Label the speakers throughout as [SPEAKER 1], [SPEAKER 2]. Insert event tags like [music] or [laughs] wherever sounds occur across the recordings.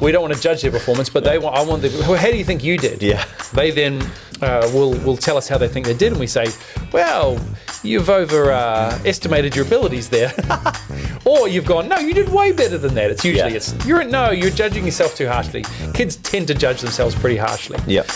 [SPEAKER 1] We don't want to judge their performance, but they want, I want the. How do you think you did?
[SPEAKER 2] Yeah.
[SPEAKER 1] They then uh, will will tell us how they think they did, and we say, well, you've overestimated uh, estimated your abilities
[SPEAKER 2] [laughs]
[SPEAKER 1] there, or you've gone, no, you did way better than that. It's usually
[SPEAKER 2] Yeah.
[SPEAKER 1] it's you're no, you're judging yourself too harshly. Kids tend to judge themselves pretty harshly.
[SPEAKER 2] Yep.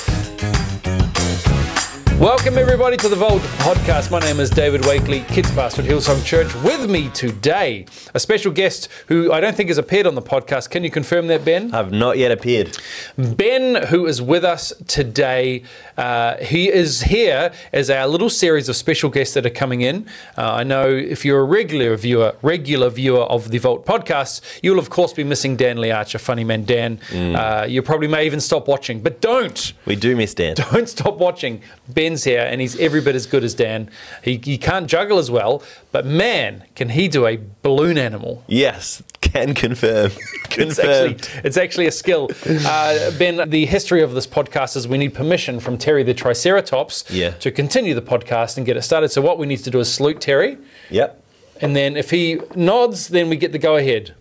[SPEAKER 1] Welcome everybody to the Vold Podcast. My name is David Wakely, Kids Pastor at Hillsong Church. With me today, a special guest who I don't think has appeared on the podcast. Can you confirm that, Ben?
[SPEAKER 2] I've not yet appeared.
[SPEAKER 1] Ben, who is with us today, uh, he is here as our little series of special guests that are coming in. Uh, I know if you're a regular viewer, regular viewer of the Vault podcast, you'll of course be missing Dan Lee Archer, funny man Dan. Uh, you probably may even stop watching, but don't [laughs]
[SPEAKER 2] We do miss Dan.
[SPEAKER 1] don't stop watching. Ben's here, and he's every bit as good as Dan. He, he can't juggle as well, but man, can he do a balloon animal?
[SPEAKER 2] Yes, can confirm.
[SPEAKER 1] [laughs] It's actually,
[SPEAKER 2] [laughs] Confirmed.
[SPEAKER 1] it's actually a skill. Uh, ben, the history of this podcast is we need permission from Terry the Triceratops
[SPEAKER 2] Yeah.
[SPEAKER 1] to continue the podcast and get it started. So, what we need to do is salute Terry,
[SPEAKER 2] Yep.
[SPEAKER 1] and then if he nods, then we get the go ahead.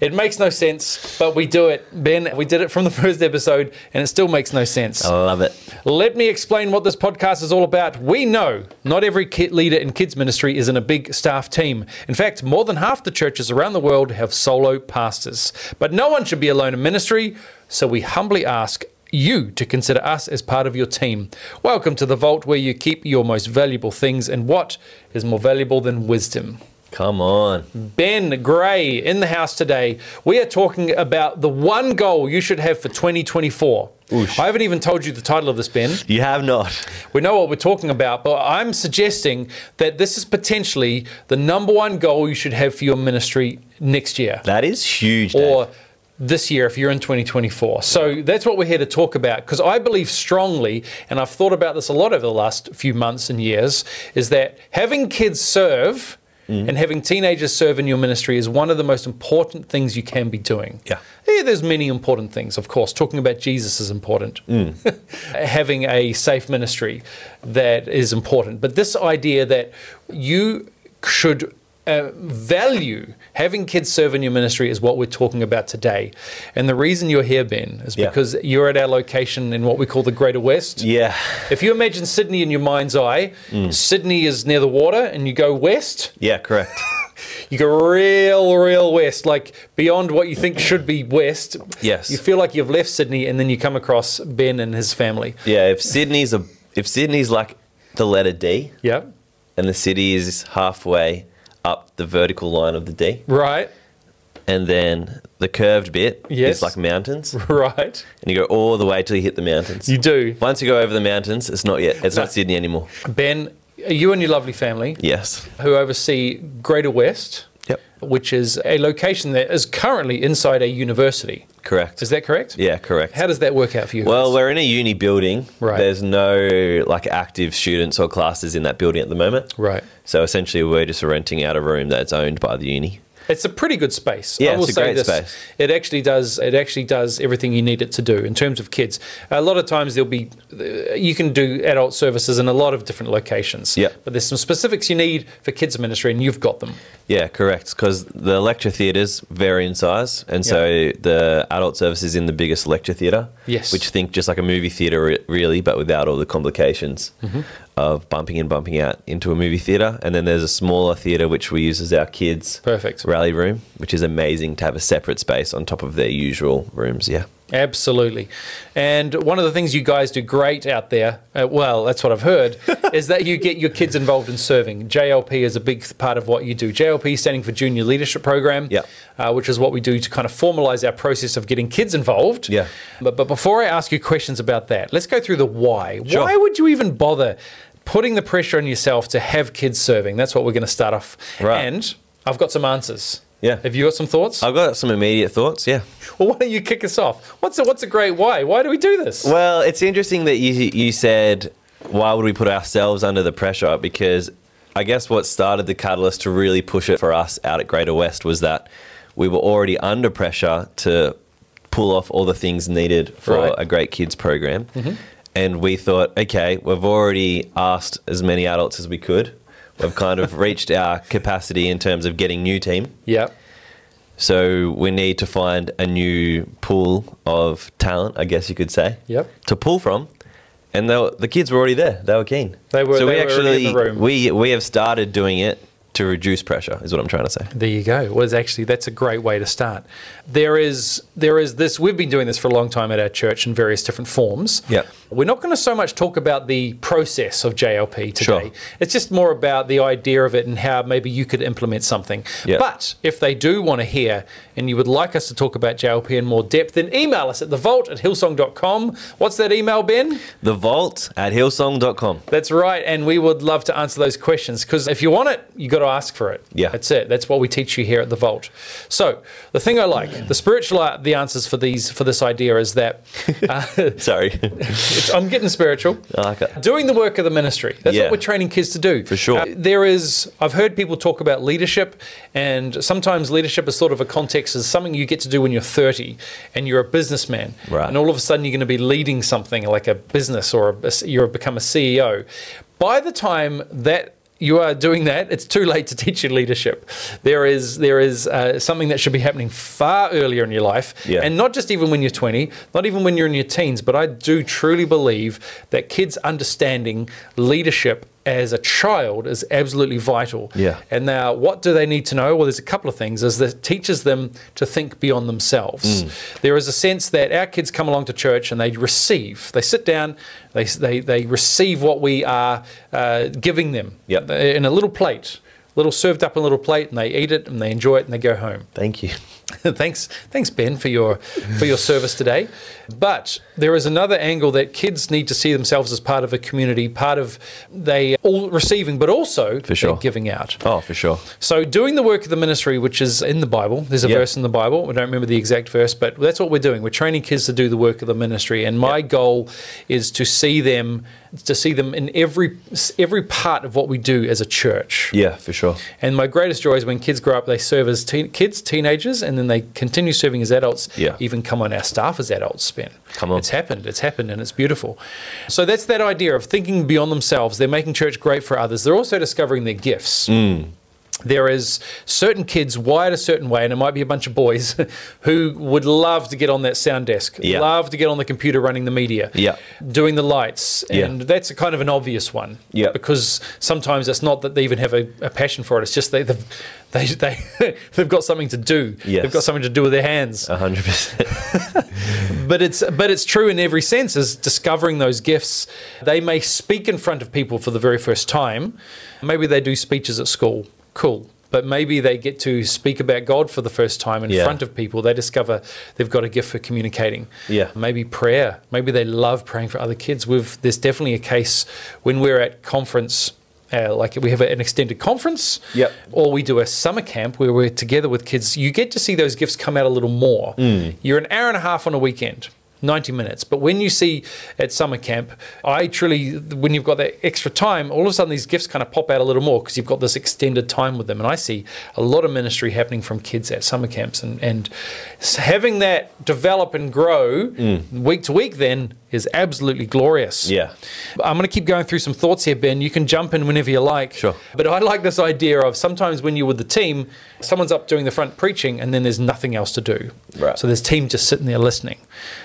[SPEAKER 1] It makes no sense, but we do it. Ben, we did it from the [laughs] first episode, and it still makes no sense.
[SPEAKER 2] I love it.
[SPEAKER 1] Let me explain what this podcast is all about. We know not every kid leader in kids ministry is in a big staff team. In fact, more than half the churches around the world have solo pastors. But no one should be alone in ministry, so we humbly ask you to consider us as part of your team. Welcome to the vault where you keep your most valuable things and what is more valuable than wisdom.
[SPEAKER 2] Come on.
[SPEAKER 1] Ben Gray in the house today. We are talking about the one goal you should have for 2024.
[SPEAKER 2] Oosh.
[SPEAKER 1] I haven't even told you the title of this, Ben.
[SPEAKER 2] You have not.
[SPEAKER 1] We know what we're talking about, but I'm suggesting that this is potentially the number one goal you should have for your ministry next year
[SPEAKER 2] That is huge. Dave.
[SPEAKER 1] or this year if you're in 2024. So that's what we're here to talk about because I believe strongly, and I've thought about this a lot over the last few months and years, is that having kids serve.
[SPEAKER 2] Mm.
[SPEAKER 1] And having teenagers serve in your ministry is one of the most important things you can be doing.
[SPEAKER 2] Yeah.
[SPEAKER 1] Yeah, there's many important things, of course. Talking about Jesus is important.
[SPEAKER 2] Mm.
[SPEAKER 1] [laughs] having a safe ministry that is important. But this idea that you should uh, value having kids serve in your ministry is what we're talking about today. And the reason you're here, Ben, is
[SPEAKER 2] Yeah.
[SPEAKER 1] because you're at our location in what we call the Greater West.
[SPEAKER 2] yeah. Mm.
[SPEAKER 1] If you imagine Sydney in your mind's eye, Sydney is near the water, and you go west,
[SPEAKER 2] Yeah, correct.
[SPEAKER 1] you go real, real west, like beyond what you think should be west.
[SPEAKER 2] Yes.
[SPEAKER 1] You feel like you've left Sydney, and then you come across Ben and his family.
[SPEAKER 2] yeah, if Sydney's a if Sydney's like the letter D
[SPEAKER 1] Yeah.
[SPEAKER 2] and the city is halfway up the vertical line of the D
[SPEAKER 1] Right. [laughs]
[SPEAKER 2] and then the curved bit
[SPEAKER 1] Yes.
[SPEAKER 2] is like mountains and
[SPEAKER 1] Right.
[SPEAKER 2] you go all the way till you hit the mountains.
[SPEAKER 1] You do.
[SPEAKER 2] Once you go over the mountains, it's not yet. It's
[SPEAKER 1] No.
[SPEAKER 2] not Sydney anymore.
[SPEAKER 1] Ben, you and your lovely family
[SPEAKER 2] Yes.
[SPEAKER 1] who oversee Greater West,
[SPEAKER 2] Yep.
[SPEAKER 1] which is a location that is currently inside a university.
[SPEAKER 2] Correct.
[SPEAKER 1] Is that correct?
[SPEAKER 2] yeah, correct.
[SPEAKER 1] How does that work out for you?
[SPEAKER 2] Well,
[SPEAKER 1] guys?
[SPEAKER 2] we're in a uni building.
[SPEAKER 1] Right.
[SPEAKER 2] There's no like active students or classes in that building at the moment.
[SPEAKER 1] Right.
[SPEAKER 2] So essentially, we're just renting out a room that's owned by the uni.
[SPEAKER 1] It's a pretty good space.
[SPEAKER 2] Yeah,
[SPEAKER 1] I will
[SPEAKER 2] it's a
[SPEAKER 1] say
[SPEAKER 2] great
[SPEAKER 1] this.
[SPEAKER 2] space.
[SPEAKER 1] It actually does. It actually does everything you need it to do in terms of kids. A lot of times there'll be, you can do adult services in a lot of different locations.
[SPEAKER 2] Yeah.
[SPEAKER 1] But there's some specifics you need for kids ministry, and you've got them.
[SPEAKER 2] Yeah, correct. Because the lecture theatres vary in size, and so the adult service is in the biggest lecture theatre.
[SPEAKER 1] Yes.
[SPEAKER 2] Which think just like a movie theatre, re- really, but without all the complications
[SPEAKER 1] Mm-hmm.
[SPEAKER 2] of bumping and bumping out into a movie theatre. And then there's a smaller theatre which we use as our kids'
[SPEAKER 1] Perfect.
[SPEAKER 2] rally room, which is amazing to have a separate space on top of their usual rooms. Yeah.
[SPEAKER 1] Absolutely. And one of the things you guys do great out there, uh, well, that's what I've
[SPEAKER 2] [laughs]
[SPEAKER 1] heard, is that you get your kids involved in serving. JLP is a big part of what you do. JLP standing for Junior Leadership Program,
[SPEAKER 2] Yeah.
[SPEAKER 1] uh, which is what we do to kind of formalize our process of getting kids involved.
[SPEAKER 2] Yeah.
[SPEAKER 1] But, but before I ask you questions about that, let's go through the why.
[SPEAKER 2] Sure.
[SPEAKER 1] Why would you even bother putting the pressure on yourself to have kids serving? That's what we're going to start off.
[SPEAKER 2] Right.
[SPEAKER 1] And I've got some answers.
[SPEAKER 2] Yeah.
[SPEAKER 1] Have you got some thoughts?
[SPEAKER 2] I've got some immediate thoughts. Yeah.
[SPEAKER 1] Well, why don't you kick us off? What's a, what's a great why? Why do we do this?
[SPEAKER 2] Well, it's interesting that you you said why would we put ourselves under the pressure because I guess what started the catalyst to really push it for us out at Greater West was that we were already under pressure to pull off all the things needed for
[SPEAKER 1] Right.
[SPEAKER 2] a great kids program. And we thought, okay, we've already asked as many adults as we [laughs] could. We've kind of reached our capacity in terms of getting new team.
[SPEAKER 1] yeah.
[SPEAKER 2] So we need to find a new pool of talent, I guess you could say,
[SPEAKER 1] Yep.
[SPEAKER 2] to pull from. And they were, the kids were already there; they were keen.
[SPEAKER 1] They were- they
[SPEAKER 2] So we
[SPEAKER 1] were already
[SPEAKER 2] actually
[SPEAKER 1] in the room.
[SPEAKER 2] we we have started doing it to reduce pressure. Is what I'm trying to say.
[SPEAKER 1] There you go. Was actually that's a great way to start. There is there is this. We've been doing this for a long time at our church in various different forms.
[SPEAKER 2] Yep.
[SPEAKER 1] We're not going to so much talk about the process of JLP today.
[SPEAKER 2] Sure.
[SPEAKER 1] It's just more about the idea of it and how maybe you could implement something.
[SPEAKER 2] Yeah.
[SPEAKER 1] But if they do want to hear and you would like us to talk about JLP in more depth, then email us at thevault at hillsong.com. What's that email, Ben?
[SPEAKER 2] The vault
[SPEAKER 1] [laughs]
[SPEAKER 2] at hillsong.com.
[SPEAKER 1] That's right, and we would love to answer those questions because if you want it, you got to ask for it.
[SPEAKER 2] Yeah.
[SPEAKER 1] that's it. That's what we teach you here at the Vault. So the thing I like, the spiritual art, the answers for these for this idea is that [laughs] uh,
[SPEAKER 2] Sorry.
[SPEAKER 1] it's, I'm getting spiritual.
[SPEAKER 2] I like it.
[SPEAKER 1] Doing the work of the ministry. That's
[SPEAKER 2] Uh-huh. Yeah.
[SPEAKER 1] what we're training kids to do. For
[SPEAKER 2] sure.
[SPEAKER 1] there is, I've heard people talk about leadership, and sometimes leadership is sort of a context as something you get to do when you're 30 and you're a businessman.
[SPEAKER 2] Right.
[SPEAKER 1] And all of a sudden you're going to be leading something like a business or a, you're become a CEO. By the time that you are doing that, it's too late to teach you leadership. There is there is uh, something that should be happening far earlier in your life,
[SPEAKER 2] Yeah.
[SPEAKER 1] and not just even when you're 20, not even when you're in your teens, but I do truly believe that kids understanding leadership as a child is absolutely vital.
[SPEAKER 2] Yeah.
[SPEAKER 1] And now, what do they need to know? Well, there's a couple of things. Is that it teaches them to think beyond themselves.
[SPEAKER 2] Mm.
[SPEAKER 1] There is a sense that our kids come along to church and they receive. They sit down, they they, they receive what we are uh, giving them Uh,
[SPEAKER 2] Yep.
[SPEAKER 1] in a little plate, little served up in a little plate, and they eat it and they enjoy it and they go home. [laughs]
[SPEAKER 2] Thank you.
[SPEAKER 1] thanks, thanks Ben for your for your service today. But there is another angle that kids need to see themselves as part of a community, part of they all receiving, but also they're
[SPEAKER 2] sure.
[SPEAKER 1] giving out.
[SPEAKER 2] Oh, for sure.
[SPEAKER 1] So doing the work of the ministry, which is in the Bible, there's a
[SPEAKER 2] Yep.
[SPEAKER 1] verse in the Bible. I don't remember the exact verse, but that's what we're doing. We're training kids to do the work of the ministry, and my goal is to see them, to see them in every every part of what we do as a church.
[SPEAKER 2] Yeah, for sure.
[SPEAKER 1] And my greatest joy is when kids grow up, they serve as teen, kids, teenagers, and then they continue serving as adults,
[SPEAKER 2] Yeah.
[SPEAKER 1] even come on our staff as adults, Ben.
[SPEAKER 2] Come on.
[SPEAKER 1] It's happened. It's happened, and it's beautiful. So that's that idea of thinking beyond themselves. They're making church great for others. They're also discovering their gifts.
[SPEAKER 2] Mm.
[SPEAKER 1] There is certain kids wired a certain way, and it might be a bunch of boys [laughs] who would love to get on that sound desk,
[SPEAKER 2] Yeah.
[SPEAKER 1] love to get on the computer running the media,
[SPEAKER 2] Yeah.
[SPEAKER 1] doing the lights,
[SPEAKER 2] Yeah.
[SPEAKER 1] and that's a kind of an obvious one
[SPEAKER 2] Yeah.
[SPEAKER 1] because sometimes it's not that they even have a, a passion for it. It's just they they've, [laughs] they they they've got something to do.
[SPEAKER 2] Yes.
[SPEAKER 1] They've got something to do with their hands.
[SPEAKER 2] A 100%.
[SPEAKER 1] But it's but it's true in every sense. Is discovering those gifts. They may speak in front of people for the very first time. Maybe they do speeches at school. Cool. But maybe they get to speak about God for the first time in
[SPEAKER 2] Yeah.
[SPEAKER 1] front of people. They discover they've got a gift for communicating.
[SPEAKER 2] Yeah.
[SPEAKER 1] Maybe prayer. Maybe they love praying for other kids. We've there's definitely a case when we're at conference. Uh, like we have an extended conference,
[SPEAKER 2] Yep.
[SPEAKER 1] or we do a summer camp where we're together with kids, you get to see those gifts come out a little more.
[SPEAKER 2] Hmm.
[SPEAKER 1] You're an hour and a half on a weekend. 90 minutes. But when you see at summer camp, I truly, when you've got that extra time, all of a sudden these gifts kind of pop out a little more because you've got this extended time with them. And I see a lot of ministry happening from kids at summer camps. And, and s- having that develop and grow week to week then is absolutely glorious.
[SPEAKER 2] Hmm. yeah.
[SPEAKER 1] I'm going to keep going through some thoughts here, Ben. You can jump in whenever you like.
[SPEAKER 2] Sure.
[SPEAKER 1] But I like this idea of sometimes when you're with the team, someone's up doing the front preaching and then there's nothing else to do.
[SPEAKER 2] Right.
[SPEAKER 1] So there's team just sitting there listening.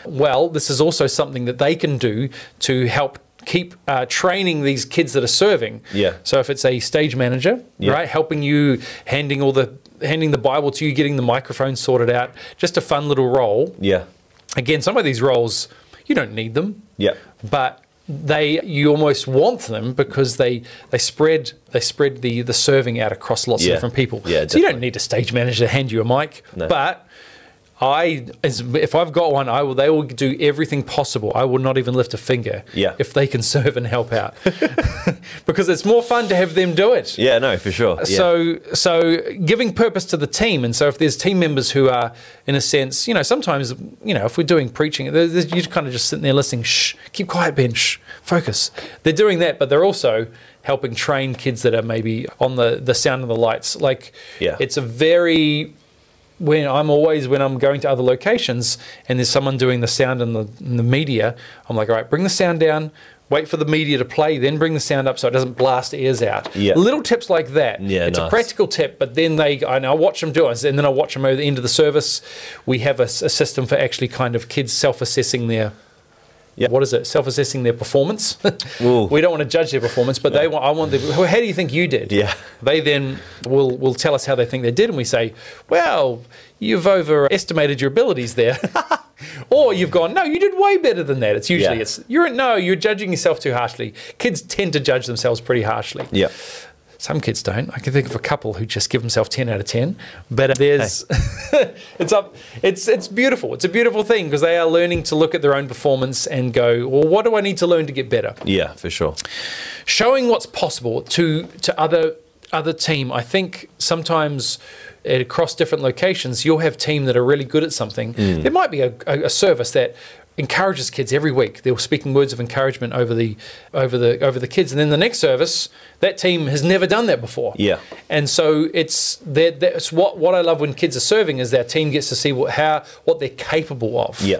[SPEAKER 1] Well, this is also something that they can do to help keep uh, training these kids that are serving.
[SPEAKER 2] Yeah.
[SPEAKER 1] So if it's a stage manager,
[SPEAKER 2] Yeah.
[SPEAKER 1] right, helping you, handing all the handing the Bible to you, getting the microphone sorted out, just a fun little role.
[SPEAKER 2] [laughs] Yeah.
[SPEAKER 1] Again, some of these roles you don't need them
[SPEAKER 2] Yeah.
[SPEAKER 1] but they you almost want them because they they spread they spread the the serving out across lots
[SPEAKER 2] Yeah.
[SPEAKER 1] of different people.
[SPEAKER 2] Yeah,
[SPEAKER 1] so you don't
[SPEAKER 2] definitely.
[SPEAKER 1] need a stage manager to hand you a mic,
[SPEAKER 2] No.
[SPEAKER 1] but. I, as, if I've got one, I will. They will do everything possible. I will not even lift a finger.
[SPEAKER 2] Yeah.
[SPEAKER 1] If they can [laughs] serve and help
[SPEAKER 2] [laughs]
[SPEAKER 1] out, because it's more fun to have them do it.
[SPEAKER 2] Yeah, no, for sure. Yeah.
[SPEAKER 1] So, so giving purpose to the team, and so if there's team members who are, in a sense, you know, sometimes, you know, if we're doing preaching, there- there's- you're kind of just sitting there listening. Shh, keep quiet, Ben. Shh, focus. They're doing that, but they're also helping train kids that are maybe on the the sound of the lights. Like,
[SPEAKER 2] Yeah.
[SPEAKER 1] it's a very when I'm always when I'm going to other locations and there's someone doing the sound in the, in the media, I'm like, all right, bring the sound down. Wait for the media to play, then bring the sound up so it doesn't blast ears out.
[SPEAKER 2] Yeah.
[SPEAKER 1] Little tips like that.
[SPEAKER 2] Yeah,
[SPEAKER 1] it's a
[SPEAKER 2] nice.
[SPEAKER 1] practical tip, but then they, and I watch them do it, and then I watch them over the end of the service. We have a, s- a system for actually kind of kids self assessing their.
[SPEAKER 2] Yeah.
[SPEAKER 1] What is it? Self-assessing their performance. [laughs]
[SPEAKER 2] Ooh.
[SPEAKER 1] we don't want to judge their performance, but they want. I want the. Well, how do you think you did?
[SPEAKER 2] Yeah.
[SPEAKER 1] They then will will tell us how they think they did, and we say, "Well, you've overestimated your abilities there," [laughs] or you've gone, "No, you did way better than that." It's usually
[SPEAKER 2] Yeah.
[SPEAKER 1] it's you're no, you're judging yourself too harshly. Kids tend to judge themselves pretty harshly.
[SPEAKER 2] Yeah.
[SPEAKER 1] Some kids don't. I can think of a couple who just give themselves ten out of ten. But there's, [laughs] it's up. It's it's beautiful. It's a beautiful thing because they are learning to look at their own performance and go, well, what do I need to learn to get better?
[SPEAKER 2] Yeah, for sure.
[SPEAKER 1] showing what's possible to to other other team. I think sometimes eh, across different locations, you'll have team that are really good at something.
[SPEAKER 2] Hmm.
[SPEAKER 1] There might be a, a, a service that encourages kids every week. They're speaking words of encouragement over the over the over the kids, and then the next service, that team has never done that before.
[SPEAKER 2] Yeah.
[SPEAKER 1] And so it's they're- that's what what I love when kids are serving is their team gets to see what how what they're capable of
[SPEAKER 2] Yeah.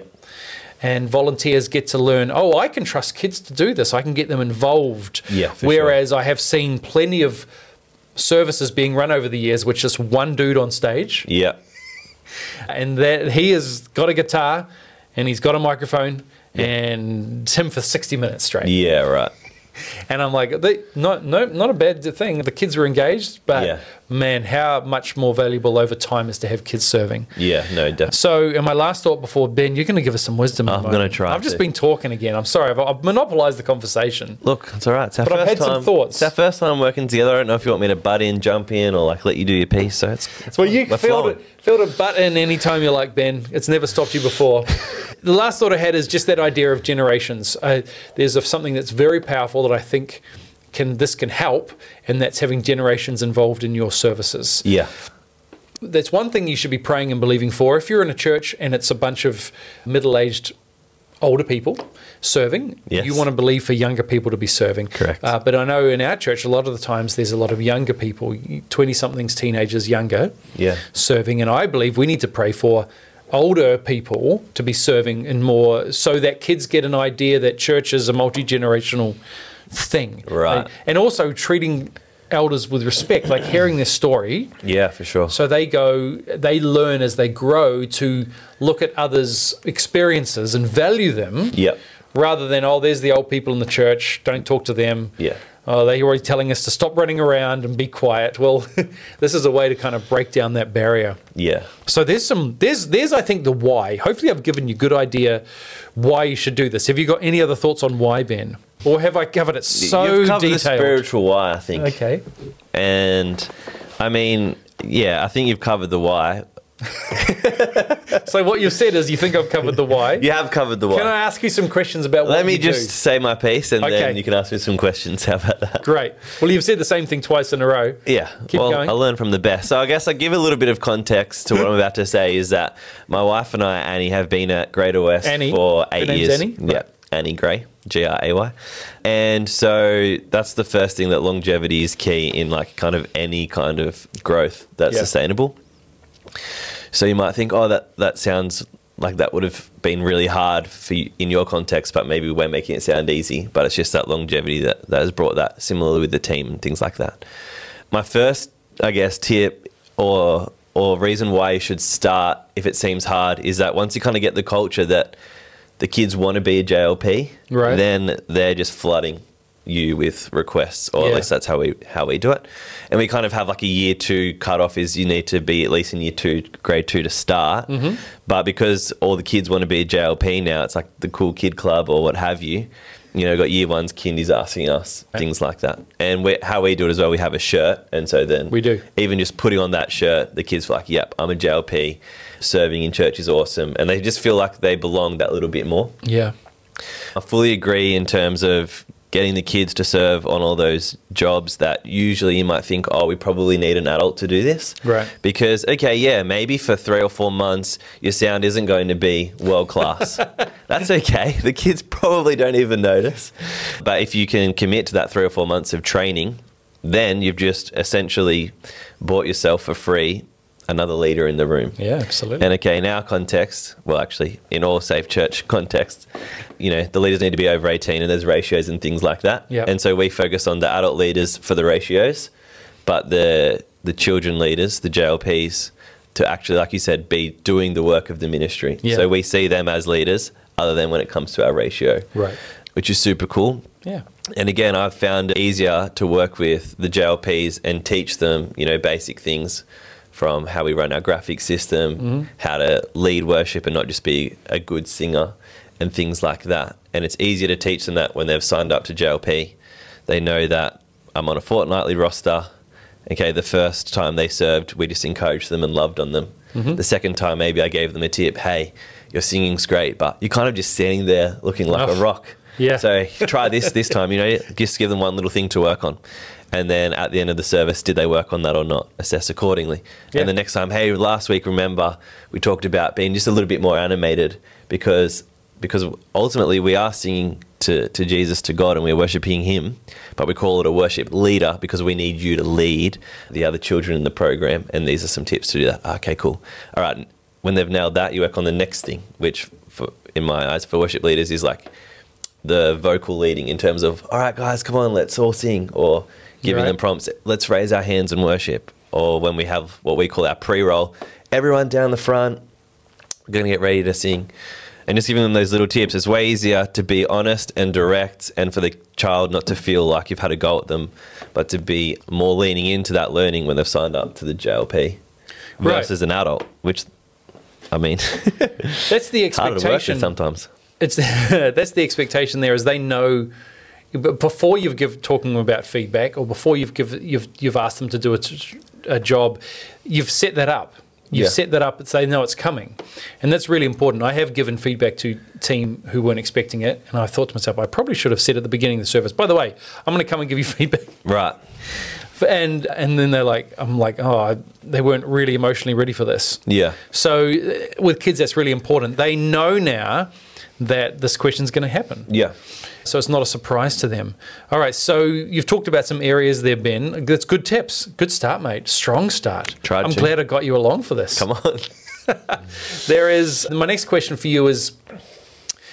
[SPEAKER 1] and volunteers get to learn oh i can trust kids to do this i can get them involved
[SPEAKER 2] Yeah, for
[SPEAKER 1] whereas i have seen plenty of services being run over the years which just one dude on stage
[SPEAKER 2] Yeah.
[SPEAKER 1] and that he has got a guitar and he's got a microphone and it's him for 60 minutes straight
[SPEAKER 2] Yeah, right.
[SPEAKER 1] and i'm like they, not, no, not a bad thing the kids were engaged but
[SPEAKER 2] Yeah.
[SPEAKER 1] man how much more valuable over time is to have kids serving
[SPEAKER 2] Yeah, no, definitely.
[SPEAKER 1] so, and my last thought before Ben, you're going to give us some wisdom. in a
[SPEAKER 2] I'm
[SPEAKER 1] moment.
[SPEAKER 2] gonna try
[SPEAKER 1] I've just
[SPEAKER 2] to.
[SPEAKER 1] been talking again. I'm sorry. I've, I've monopolized the conversation.
[SPEAKER 2] Look, it's all right. It's our
[SPEAKER 1] But I've
[SPEAKER 2] first
[SPEAKER 1] had some
[SPEAKER 2] time,
[SPEAKER 1] thoughts.
[SPEAKER 2] It's our first time working together. I don't know if you want me to butt in, jump in, or like let you do your piece. So it's, it's
[SPEAKER 1] Well, you
[SPEAKER 2] we're
[SPEAKER 1] filled
[SPEAKER 2] flowing.
[SPEAKER 1] it, filled a button anytime you like, Ben. It's never stopped you before. the last thought I had is just that idea of generations. Uh, there's of something that's very powerful that I think can this can help, and that's having generations involved in your services.
[SPEAKER 2] Yeah.
[SPEAKER 1] that's one thing you should be praying and believing for. If you're in a church and it's a bunch of middle aged older people serving,
[SPEAKER 2] Yes.
[SPEAKER 1] you want to believe for younger people to be serving.
[SPEAKER 2] Correct.
[SPEAKER 1] Uh, but I know in our church, a lot of the times there's a lot of younger people, 20 somethings, teenagers, younger,
[SPEAKER 2] Yeah.
[SPEAKER 1] serving. And I believe we need to pray for older people to be serving and more so that kids get an idea that church is a multi generational thing.
[SPEAKER 2] Right.
[SPEAKER 1] And also treating elders with respect, like hearing their story.
[SPEAKER 2] Yeah, for sure.
[SPEAKER 1] So they go, they learn as they grow to look at others' experiences and value them.
[SPEAKER 2] Yep.
[SPEAKER 1] Rather than, oh, there's the old people in the church, don't talk to them.
[SPEAKER 2] Yeah.
[SPEAKER 1] Oh, they're already telling us to stop running around and be quiet. Well, [laughs] this is a way to kind of break down that barrier.
[SPEAKER 2] Yeah.
[SPEAKER 1] So there's some there's there's I think the why. Hopefully I've given you a good idea why you should do this. Have you got any other thoughts on why, Ben? Or have I covered it so
[SPEAKER 2] You've covered the
[SPEAKER 1] detailed?
[SPEAKER 2] spiritual why, I think.
[SPEAKER 1] Okay.
[SPEAKER 2] And I mean, yeah, I think you've covered the why.
[SPEAKER 1] So what you've said is you think I've covered the
[SPEAKER 2] [laughs]
[SPEAKER 1] why.
[SPEAKER 2] You have covered the why.
[SPEAKER 1] Can I ask you some questions about what
[SPEAKER 2] Let me
[SPEAKER 1] you
[SPEAKER 2] just
[SPEAKER 1] do?
[SPEAKER 2] say my piece and
[SPEAKER 1] Okay.
[SPEAKER 2] then you can ask me some questions. [laughs] How about that?
[SPEAKER 1] Great. Well, you've said the same thing twice in a row.
[SPEAKER 2] Yeah.
[SPEAKER 1] Keep
[SPEAKER 2] well,
[SPEAKER 1] going. Hmm.
[SPEAKER 2] I learn from the best. So I guess I give a little bit of context to what I'm about to say is that my wife and I, Annie, have been at Greater West
[SPEAKER 1] Annie.
[SPEAKER 2] for eight
[SPEAKER 1] Her name's
[SPEAKER 2] years.
[SPEAKER 1] Annie?
[SPEAKER 2] Yeah. Annie Gray, G R A Y. And so that's the first thing that longevity is key in like kind of any kind of growth that's
[SPEAKER 1] Yeah.
[SPEAKER 2] sustainable. So you might think, oh, that, that sounds like that would have been really hard for you in your context, but maybe we're making it sound easy. But it's just that longevity that, that has brought that, similarly with the team and things like that. My first, I guess, tip or or reason why you should start if it seems hard is that once you kind of get the culture that the kids want to be a JLP,
[SPEAKER 1] Right.
[SPEAKER 2] then they're just flooding you with requests, or
[SPEAKER 1] Yeah.
[SPEAKER 2] at least that's how we how we do it. And we kind of have like a year two cutoff is you need to be at least in year two, grade two to start.
[SPEAKER 1] Mm-hmm.
[SPEAKER 2] But because all the kids want to be a JLP now, it's like the cool kid club or what have you. You know, got year ones, kindies asking us things like that, and we, how we do it as well. We have a shirt, and so then
[SPEAKER 1] We do.
[SPEAKER 2] even just putting on that shirt, the kids were like, "Yep, I'm a JLP. Serving in church is awesome," and they just feel like they belong that little bit more.
[SPEAKER 1] Yeah.
[SPEAKER 2] I fully agree in terms of getting the kids to serve on all those jobs that usually you might think, oh, we probably need an adult to do this.
[SPEAKER 1] Right.
[SPEAKER 2] Because, okay, yeah, maybe for three or four months, your sound isn't going to be world class. That's okay. The kids probably don't even notice. But if you can commit to that three or four months of training, then you've just essentially bought yourself for free another leader in the room.
[SPEAKER 1] Yeah, absolutely.
[SPEAKER 2] And okay, in our context, well, actually, in all safe church [laughs] context, you know, the leaders need to be over 18 and there's ratios and things like that.
[SPEAKER 1] Yep.
[SPEAKER 2] And so we focus on the adult leaders for the ratios, but the, the children leaders, the JLPs, to actually, like you said, be doing the work of the ministry.
[SPEAKER 1] Yeah.
[SPEAKER 2] So we see them as leaders other than when it comes to our ratio,
[SPEAKER 1] Right.
[SPEAKER 2] which is super cool.
[SPEAKER 1] yeah.
[SPEAKER 2] And again, I've found it easier to work with the JLPs and teach them, you know, basic things from how we run our graphic system,
[SPEAKER 1] Mm-hmm.
[SPEAKER 2] how to lead worship and not just be a good singer and things like that. And it's easier to teach them that when they've signed up to JLP. They know that I'm on a fortnightly roster. Okay, the first time they served, we just encouraged them and loved on them.
[SPEAKER 1] Mm-hmm.
[SPEAKER 2] The second time, maybe I gave them a tip hey, your singing's great, but you're kind of just standing there looking like
[SPEAKER 1] Ugh.
[SPEAKER 2] a rock.
[SPEAKER 1] Yeah.
[SPEAKER 2] So try this this time, you know, just give them one little thing to work on. And then at the end of the service, did they work on that or not? Assess accordingly.
[SPEAKER 1] Yeah.
[SPEAKER 2] And the next time, hey, last week, remember, we talked about being just a little bit more animated because because ultimately we are singing to, to Jesus, to God, and we're worshiping Him, but we call it a worship leader because we need you to lead the other children in the program. And these are some tips to do that. Ah, Okay, cool. All right. When they've nailed that, you work on the next thing, which for, in my eyes, for worship leaders is like the vocal leading in terms of all right guys come on let's all sing or giving
[SPEAKER 1] Right.
[SPEAKER 2] them prompts let's raise our hands and worship or when we have what we call our pre-roll everyone down the front we're going to get ready to sing and just giving them those little tips it's way easier to be honest and direct and for the child not to feel like you've had a go at them but to be more leaning into that learning when they've signed up to the jlp
[SPEAKER 1] Right.
[SPEAKER 2] versus an adult which i mean [laughs]
[SPEAKER 1] That's the
[SPEAKER 2] harder to work
[SPEAKER 1] expectation.
[SPEAKER 2] with sometimes
[SPEAKER 1] it's [laughs] that's the expectation there is they know but before you've give talking about feedback or before you've give you've you've asked them to do a, t- a job you've set that up you've
[SPEAKER 2] Yeah.
[SPEAKER 1] set that up and say no it's coming and that's really important i have given feedback to team who weren't expecting it and i thought to myself i probably should have said at the beginning of the service by the way i'm going to come and give you [laughs] feedback
[SPEAKER 2] right
[SPEAKER 1] and and then they're like i'm like oh I- they weren't really emotionally ready for this
[SPEAKER 2] yeah
[SPEAKER 1] so uh, with kids, that's really important. They know now that this question's going to happen.
[SPEAKER 2] yeah
[SPEAKER 1] So it's not a surprise to them. All right. So you've talked about some areas there, Ben. That's good tips. Good start, mate. Strong start.
[SPEAKER 2] Tried
[SPEAKER 1] I'm
[SPEAKER 2] to.
[SPEAKER 1] glad I got you along for this.
[SPEAKER 2] come
[SPEAKER 1] [laughs]
[SPEAKER 2] on
[SPEAKER 1] There is my next question for you is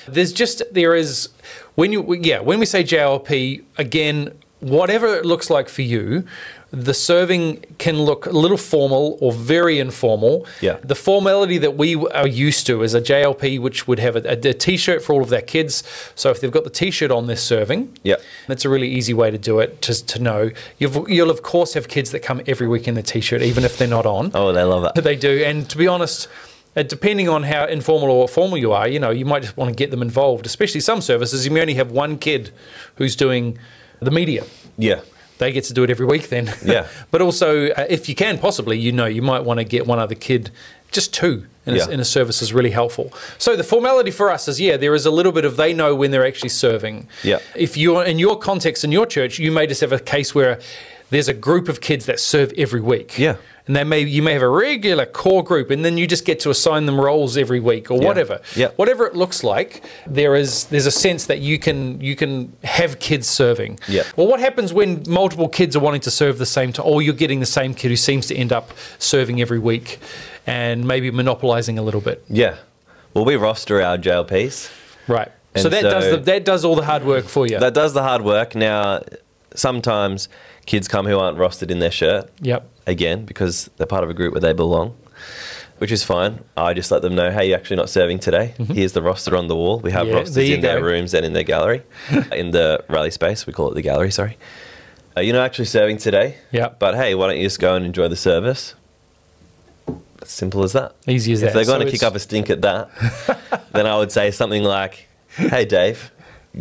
[SPEAKER 1] there's just there is when you yeah when we say JLP again whatever it looks like for you the serving can look a little formal or very informal
[SPEAKER 2] Yeah.
[SPEAKER 1] the formality that we are used to is a JLP which would have a, a t-shirt for all of their kids so if they've got the t-shirt on they're serving
[SPEAKER 2] Yeah.
[SPEAKER 1] that's a really easy way to do it just to know You've, you'll of course have kids that come every week in the t-shirt even if they're not on
[SPEAKER 2] Oh, they love that.
[SPEAKER 1] they do. And to be honest, uh, depending on how informal or formal you are, you know, you might just want to get them involved. Especially some services, you may only have one kid who's doing the media.
[SPEAKER 2] Yeah.
[SPEAKER 1] They get to do it every week then. [laughs]
[SPEAKER 2] Yeah.
[SPEAKER 1] but also, uh, if you can possibly, you know, you might want to get one other kid, just two. In a,
[SPEAKER 2] Yeah.
[SPEAKER 1] in a service is really helpful. So the formality for us is, yeah, there is a little bit of they know when they're actually serving.
[SPEAKER 2] Yeah.
[SPEAKER 1] If you're in your context in your church, you may just have a case where there's a group of kids that serve every week.
[SPEAKER 2] Yeah.
[SPEAKER 1] And they may you may have a regular core group, and then you just get to assign them roles every week or whatever.
[SPEAKER 2] Yeah.
[SPEAKER 1] Whatever it looks like, there is there's a sense that you can you can have kids serving.
[SPEAKER 2] Yeah.
[SPEAKER 1] Well, what happens when multiple kids are wanting to serve the same time, or you're getting the same kid who seems to end up serving every week, and maybe monopolizing a little bit,
[SPEAKER 2] Yeah. Well, we roster our JLPs.
[SPEAKER 1] right? so
[SPEAKER 2] And
[SPEAKER 1] that does
[SPEAKER 2] so-
[SPEAKER 1] the, that does all the hard work for you.
[SPEAKER 2] That does the hard work. Now, sometimes kids come who aren't rostered in their shirt.
[SPEAKER 1] yep.
[SPEAKER 2] Again, because they're part of a group where they belong, which is fine. I just let them know, hey, you're actually not serving today. Here's the roster on the wall. We have
[SPEAKER 1] Mm-hmm. Yeah, there
[SPEAKER 2] rosters
[SPEAKER 1] you
[SPEAKER 2] in their
[SPEAKER 1] go.
[SPEAKER 2] rooms and in their
[SPEAKER 1] [laughs]
[SPEAKER 2] gallery, in the rally space. We call it the gallery, sorry. Uh, you're not actually serving today.
[SPEAKER 1] Yeah.
[SPEAKER 2] But hey, why don't you just go and enjoy the service? Simple as that.
[SPEAKER 1] Easy as
[SPEAKER 2] if
[SPEAKER 1] that.
[SPEAKER 2] they're
[SPEAKER 1] So
[SPEAKER 2] going to
[SPEAKER 1] it's-
[SPEAKER 2] kick up a stink
[SPEAKER 1] [laughs]
[SPEAKER 2] at that, then I would say something like, "Hey, Dave,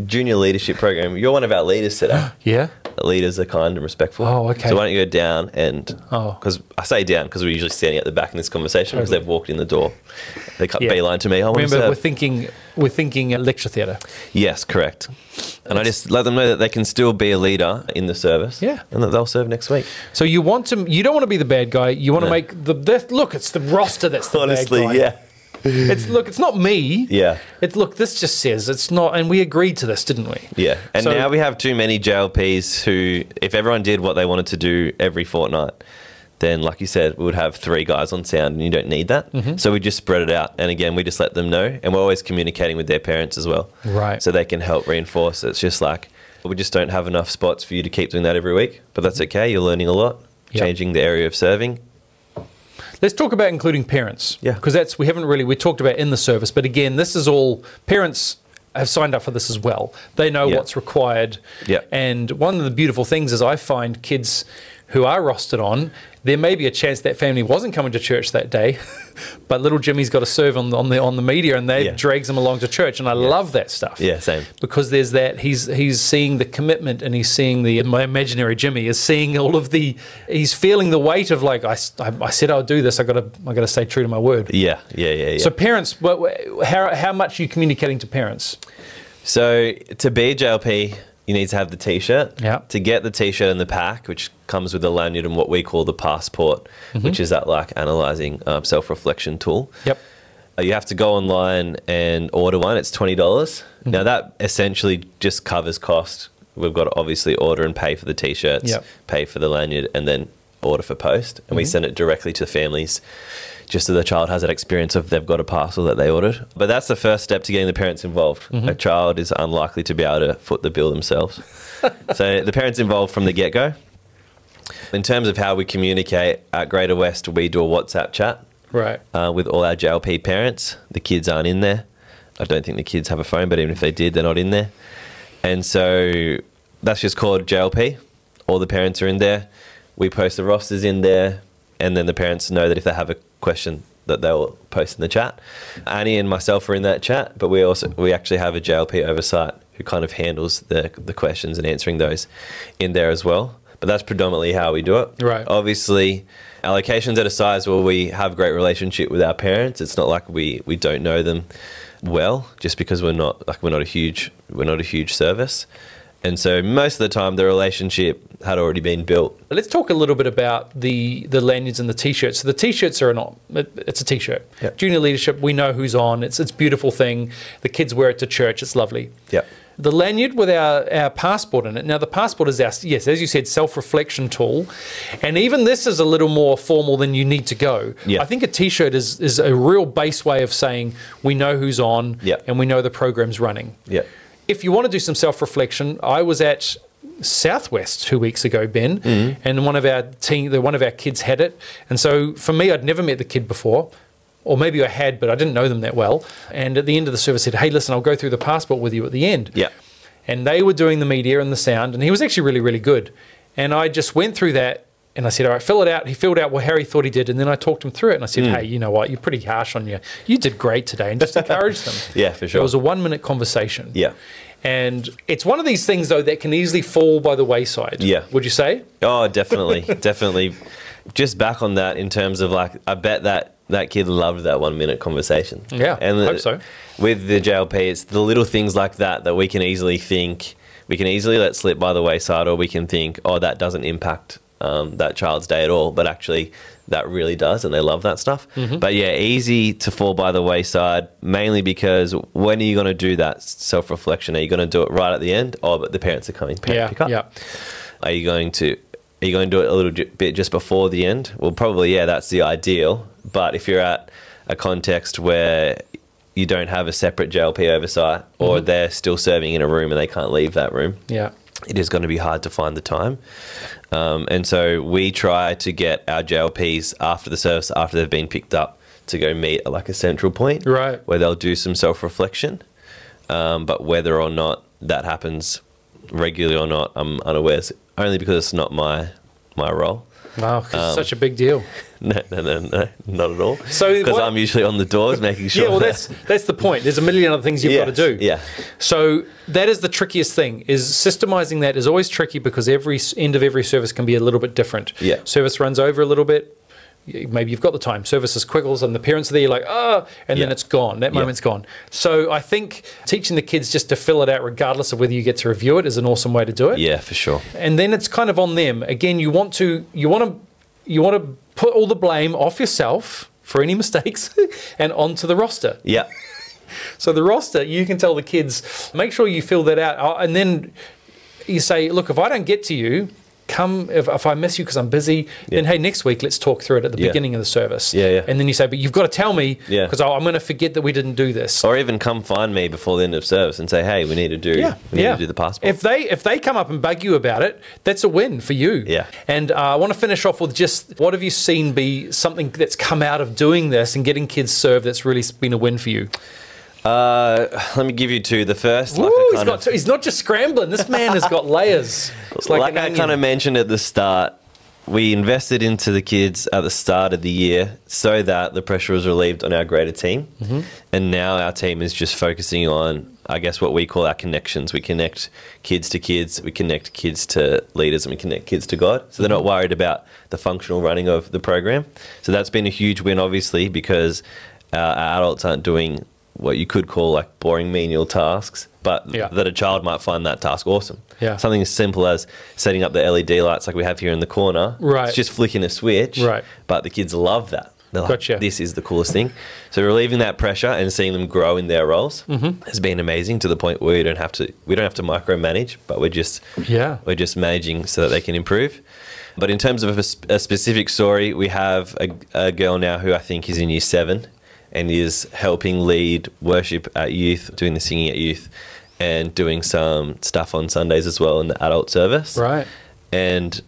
[SPEAKER 2] junior leadership program. You're one of our leaders
[SPEAKER 1] [laughs]
[SPEAKER 2] today.
[SPEAKER 1] Yeah.
[SPEAKER 2] The leaders are kind and respectful.
[SPEAKER 1] Oh, okay.
[SPEAKER 2] So why don't you go down and
[SPEAKER 1] Oh.
[SPEAKER 2] because I say down because we're usually standing at the back in this conversation because
[SPEAKER 1] Totally.
[SPEAKER 2] they've walked in the door. They cut
[SPEAKER 1] Yeah.
[SPEAKER 2] beeline to me. I want to
[SPEAKER 1] Remember,
[SPEAKER 2] serve.
[SPEAKER 1] we're thinking we're thinking uh, lecture theatre.
[SPEAKER 2] yes, correct. And I just let them know that they can still be a leader in the service.
[SPEAKER 1] Yeah.
[SPEAKER 2] and that they'll serve next week.
[SPEAKER 1] So you want to you don't want to be the bad guy. You want to
[SPEAKER 2] No.
[SPEAKER 1] make the, the look. It's the roster that's the
[SPEAKER 2] Honestly,
[SPEAKER 1] bad guy.
[SPEAKER 2] yeah,
[SPEAKER 1] It's look. It's not me.
[SPEAKER 2] yeah.
[SPEAKER 1] It's look. This just says it's not. And we agreed to this, didn't we?
[SPEAKER 2] Yeah. And
[SPEAKER 1] So-
[SPEAKER 2] now we have too many JLPs who, if everyone did what they wanted to do every fortnight, then like you said, we would have three guys on sound, and you don't need that.
[SPEAKER 1] Mm-hmm.
[SPEAKER 2] So we just spread it out, and again, we just let them know, and we're always communicating with their parents as well,
[SPEAKER 1] Right.
[SPEAKER 2] So they can help reinforce. It's just like we just don't have enough spots for you to keep doing that every week, but that's okay. You're learning a lot,
[SPEAKER 1] Yep.
[SPEAKER 2] changing the area of serving.
[SPEAKER 1] Let's talk about including parents.
[SPEAKER 2] Yeah.
[SPEAKER 1] Because that's we haven't really we talked about in the service, but again, this is all parents have signed up for this as well. They know
[SPEAKER 2] Yeah.
[SPEAKER 1] what's required.
[SPEAKER 2] Yeah.
[SPEAKER 1] And one of the beautiful things is I find kids who are rostered on, there may be a chance that family wasn't coming to church that day, [laughs] but little Jimmy's got to serve on the on the, on the media and they
[SPEAKER 2] Yeah.
[SPEAKER 1] drags him along to church and I love that stuff.
[SPEAKER 2] Yeah, same.
[SPEAKER 1] Because there's that he's he's seeing the commitment and he's seeing the my imaginary Jimmy is seeing all of the he's feeling the weight of like I, s- I, I said I'll do this I got to I got to stay true to my word.
[SPEAKER 2] Yeah, yeah, yeah, yeah.
[SPEAKER 1] So parents, what- wh- how how much are you communicating to parents?
[SPEAKER 2] So to be JLP, you need to have the T-shirt.
[SPEAKER 1] Yeah.
[SPEAKER 2] To get the T-shirt and the pack, which comes with a lanyard and what we call the passport, which is that like analyzing um, self-reflection tool.
[SPEAKER 1] Mm-hmm. Yep.
[SPEAKER 2] Uh, You have to go online and order one. It's twenty dollars. Now that essentially just covers cost. We've got to obviously order and pay for the T-shirts,
[SPEAKER 1] Yep.
[SPEAKER 2] pay for the lanyard, and then order for post. And we send it directly to the families, just so the child has that experience of they've got a parcel that they ordered. But that's the first step to getting the parents involved. A child is unlikely to be able to foot the bill themselves, so the parents involved from the get go. In terms of how we communicate at Greater West, we do a WhatsApp chat
[SPEAKER 1] Right.
[SPEAKER 2] uh, with all our JLP parents. The kids aren't in there. I don't think the kids have a phone, but even if they did, they're not in there. And so that's just called JLP. All the parents are in there. We post the rosters in there, and then the parents know that if they have a question, that they'll post in the chat. Annie and myself are in that chat, but we also we actually have a JLP oversight who kind of handles the the questions and answering those in there as well. But that's predominantly how we do it.
[SPEAKER 1] Right.
[SPEAKER 2] Obviously, our location's at a size where we have a great relationship with our parents. It's not like we, we don't know them well, just because we're not like we're not a huge we're not a huge service. And so most of the time the relationship had already been built.
[SPEAKER 1] Let's talk a little bit about the the lanyards and the t-shirts. So the t-shirts are not it, it's a t-shirt.
[SPEAKER 2] Yeah.
[SPEAKER 1] Junior leadership, we know who's on. It's it's a beautiful thing. The kids wear it to church. It's lovely.
[SPEAKER 2] Yep.
[SPEAKER 1] The lanyard with our, our passport in it. Now the passport is our yes, as you said, self-reflection tool. And even this is a little more formal than you need to go.
[SPEAKER 2] Yeah.
[SPEAKER 1] I think a t-shirt is is a real base way of saying we know who's on
[SPEAKER 2] Yeah.
[SPEAKER 1] and we know the program's running
[SPEAKER 2] Yep.
[SPEAKER 1] if you want to do some self reflection, I was at Southwest two weeks ago, Ben,
[SPEAKER 2] Mm-hmm.
[SPEAKER 1] and one of our team, the, one of our kids had it, and so for me, I'd never met the kid before. Or maybe I had, but I didn't know them that well. And at the end of the service, said, "Hey, listen, I'll go through the passport with you at the end."
[SPEAKER 2] Yeah.
[SPEAKER 1] And they were doing the media and the sound, and he was actually really, really good. And I just went through that, and I said, "All right, fill it out." He filled out what Harry thought he did, and then I talked him through it, and I said,
[SPEAKER 2] Mm.
[SPEAKER 1] "Hey, you know what? You're pretty harsh on you. You did great today," and
[SPEAKER 2] [laughs]
[SPEAKER 1] just encouraged them.
[SPEAKER 2] Yeah, for sure.
[SPEAKER 1] It was a one-minute conversation.
[SPEAKER 2] Yeah.
[SPEAKER 1] And it's one of these things, though, that can easily fall by the wayside.
[SPEAKER 2] Yeah.
[SPEAKER 1] Would you say? [laughs]
[SPEAKER 2] Oh, definitely, definitely. Just back on that in terms of like, I bet that that kid loved that one minute conversation.
[SPEAKER 1] Yeah,
[SPEAKER 2] the-
[SPEAKER 1] hope so.
[SPEAKER 2] With the JLP, it's the little things like that that we can easily think, we can easily let slip by the wayside, or we can think, oh, that doesn't impact um, that child's day at all. But actually, that really does, and they love that stuff.
[SPEAKER 1] Mm-hmm.
[SPEAKER 2] But yeah, easy to fall by the wayside, mainly because when are you going to do that self reflection? Are you going to do it right at the end? Oh, but the parents are coming, parent
[SPEAKER 1] yeah.
[SPEAKER 2] pick up.
[SPEAKER 1] Yeah.
[SPEAKER 2] Are you going to are you going to do it a little ju- bit just before the end? Well, probably yeah, that's the ideal. But if you're at a context where you don't have a separate JLP oversight, or they're still serving in a room and they can't leave that room,
[SPEAKER 1] Yeah.
[SPEAKER 2] it is going to be hard to find the time. Um, and so we try to get our JLPs after the service, after they've been picked up, to go meet at like a central point,
[SPEAKER 1] Right.
[SPEAKER 2] where they'll do some self reflection. Um, but whether or not that happens regularly or not, I'm unaware. It's only because it's not my my role. [laughs]
[SPEAKER 1] Wow. 'cause
[SPEAKER 2] Um,
[SPEAKER 1] it's such a big deal.
[SPEAKER 2] No, no, no, no, not at all.
[SPEAKER 1] So
[SPEAKER 2] because
[SPEAKER 1] what-
[SPEAKER 2] I'm usually on the doors making
[SPEAKER 1] [laughs]
[SPEAKER 2] sure.
[SPEAKER 1] Yeah. Well,
[SPEAKER 2] that-
[SPEAKER 1] that's that's the point. There's a million other things you've
[SPEAKER 2] [laughs] yeah,
[SPEAKER 1] got to do.
[SPEAKER 2] Yeah,
[SPEAKER 1] So that is the trickiest thing. Is systemizing that is always tricky because every s- end of every service can be a little bit different.
[SPEAKER 2] Yeah.
[SPEAKER 1] Service runs over a little bit. Y- Maybe you've got the time. Service is quick, all of a sudden the parents are there, you're like, ah, and then
[SPEAKER 2] Yeah.
[SPEAKER 1] it's gone. That
[SPEAKER 2] Yeah.
[SPEAKER 1] moment's gone. So I think teaching the kids just to fill it out, regardless of whether you get to review it, is an awesome way to do it
[SPEAKER 2] yeah, for sure.
[SPEAKER 1] and then it's kind of on them again you want to you want to you want to put all the blame off yourself for any mistakes [laughs] and onto the roster
[SPEAKER 2] Yeah,
[SPEAKER 1] so the roster you can tell the Oh, kids make sure you fill that out Uh, and then you say look if i don't get to you come if, if I miss you because I'm busy. Then hey, next week let's talk through it at the
[SPEAKER 2] Yeah.
[SPEAKER 1] beginning of the service.
[SPEAKER 2] Yeah, yeah.
[SPEAKER 1] And then you say, but you've got to tell me
[SPEAKER 2] Yeah.
[SPEAKER 1] because I'm going to forget that we didn't do this.
[SPEAKER 2] Or even come find me before the end of service and say, "Hey, we need to do,
[SPEAKER 1] Yeah,
[SPEAKER 2] we need
[SPEAKER 1] yeah.
[SPEAKER 2] to do the passport."
[SPEAKER 1] If they if they come up and bug you about it, that's a win for you.
[SPEAKER 2] Yeah.
[SPEAKER 1] And uh, I want to finish off with just what have you seen be something that's come out of doing this and getting kids served that's really been a win for you.
[SPEAKER 2] uh, let me give you two. The first, like, I
[SPEAKER 1] Ooh, he's
[SPEAKER 2] kind
[SPEAKER 1] got
[SPEAKER 2] of-
[SPEAKER 1] two- he's not just scrambling. This man has got layers. It's
[SPEAKER 2] like,
[SPEAKER 1] like,
[SPEAKER 2] I kind of mentioned at the start, we invested into the kids at the start of the year so that the pressure was relieved on our greater team.
[SPEAKER 1] Mm-hmm.
[SPEAKER 2] And now our team is just focusing on, I guess, what we call our connections. We connect kids to kids, we connect kids to leaders, and we connect kids to God. So they're
[SPEAKER 1] Mm-hmm.
[SPEAKER 2] not worried about the functional running of the program. So that's been a huge win, obviously, because uh, our adults aren't doing what you could call like boring menial tasks, but
[SPEAKER 1] Yeah.
[SPEAKER 2] that a child might find that task awesome.
[SPEAKER 1] Yeah.
[SPEAKER 2] Something as simple as setting up the LED lights like we have here in the corner.
[SPEAKER 1] Right.
[SPEAKER 2] It's just flicking a switch.
[SPEAKER 1] Right.
[SPEAKER 2] But the kids love that. They're like,
[SPEAKER 1] Gotcha.
[SPEAKER 2] this is the coolest thing. So relieving that pressure and seeing them grow in their roles
[SPEAKER 1] Mm-hmm.
[SPEAKER 2] has been amazing to the point where we don't have to we don't have to micromanage, but we're just
[SPEAKER 1] Yeah.
[SPEAKER 2] we're just managing so that they can improve. But in terms of a, sp- a specific story, we have a, a girl now who I think is in year seven and is helping lead worship at youth, doing the singing at youth, and doing some stuff on Sundays as well in the adult service.
[SPEAKER 1] right.
[SPEAKER 2] And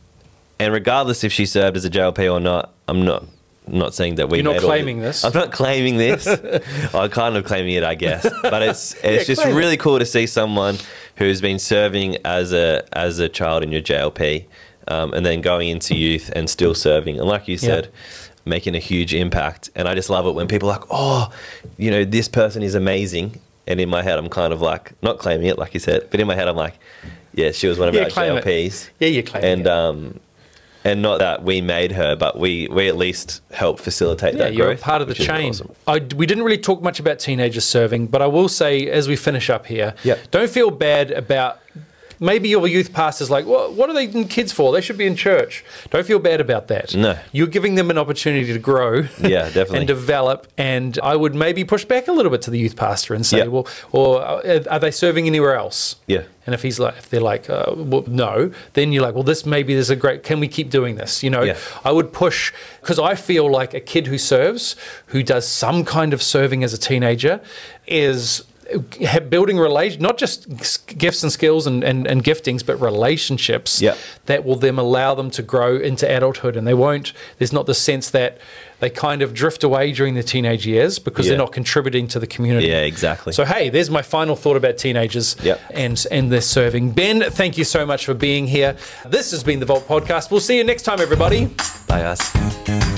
[SPEAKER 2] and regardless if she served as a JLP or not, I'm not not saying that we
[SPEAKER 1] You're not
[SPEAKER 2] made all the-
[SPEAKER 1] claiming this?
[SPEAKER 2] I'm not claiming this.
[SPEAKER 1] [laughs]
[SPEAKER 2] I'm kind of claiming it, I guess. But it's it's just
[SPEAKER 1] claim it.
[SPEAKER 2] really cool to see someone who's been serving as a as a child in your JLP, um, and then going into youth and still serving. And like you
[SPEAKER 1] Yeah.
[SPEAKER 2] said. Making a huge impact, and I just love it when people are like, "Oh, you know, this person is amazing." And in my head, I'm kind of like, not claiming it, like you said, but in my head, I'm like, "Yeah, she was one of
[SPEAKER 1] Yeah,
[SPEAKER 2] our
[SPEAKER 1] claim it.
[SPEAKER 2] JLPs."
[SPEAKER 1] Yeah, you claim.
[SPEAKER 2] and
[SPEAKER 1] it.
[SPEAKER 2] um, and not that we made her, but we we at least help facilitate
[SPEAKER 1] yeah,
[SPEAKER 2] that
[SPEAKER 1] you're
[SPEAKER 2] growth.
[SPEAKER 1] a part of the
[SPEAKER 2] which is
[SPEAKER 1] chain.
[SPEAKER 2] awesome.
[SPEAKER 1] I, we didn't really talk much about teenagers serving, but I will say as we finish up here,
[SPEAKER 2] Yep.
[SPEAKER 1] don't feel bad about. Maybe your youth pastor's like, well, what are they in kids for? They should be in church. Don't feel bad about that.
[SPEAKER 2] No.
[SPEAKER 1] You're giving them an opportunity to grow.
[SPEAKER 2] Yeah, definitely.
[SPEAKER 1] [laughs] and develop. And I would maybe push back a little bit to the youth pastor and say,
[SPEAKER 2] Yeah.
[SPEAKER 1] well, or uh, are they serving anywhere else?
[SPEAKER 2] Yeah.
[SPEAKER 1] And if he's like, if they're like, uh, well, no, then you're like, well, this maybe there's a great. Can we keep doing this? You know,
[SPEAKER 2] Yeah.
[SPEAKER 1] I would push because I feel like a kid who serves, who does some kind of serving as a teenager, is ha- building relation not just s- gifts and skills and, and, and giftings but relationships
[SPEAKER 2] Yeah.
[SPEAKER 1] that will then allow them to grow into adulthood and they won't there's not the sense that they kind of drift away during the teenage years because they're
[SPEAKER 2] Yeah.
[SPEAKER 1] not contributing to the community
[SPEAKER 2] Yeah, exactly.
[SPEAKER 1] so hey, there's my final thought about teenagers
[SPEAKER 2] Yep.
[SPEAKER 1] and and their serving. Ben, thank you so much for being here. This has been the Vault Podcast. We'll see you next time, everybody.
[SPEAKER 2] Bye, guys.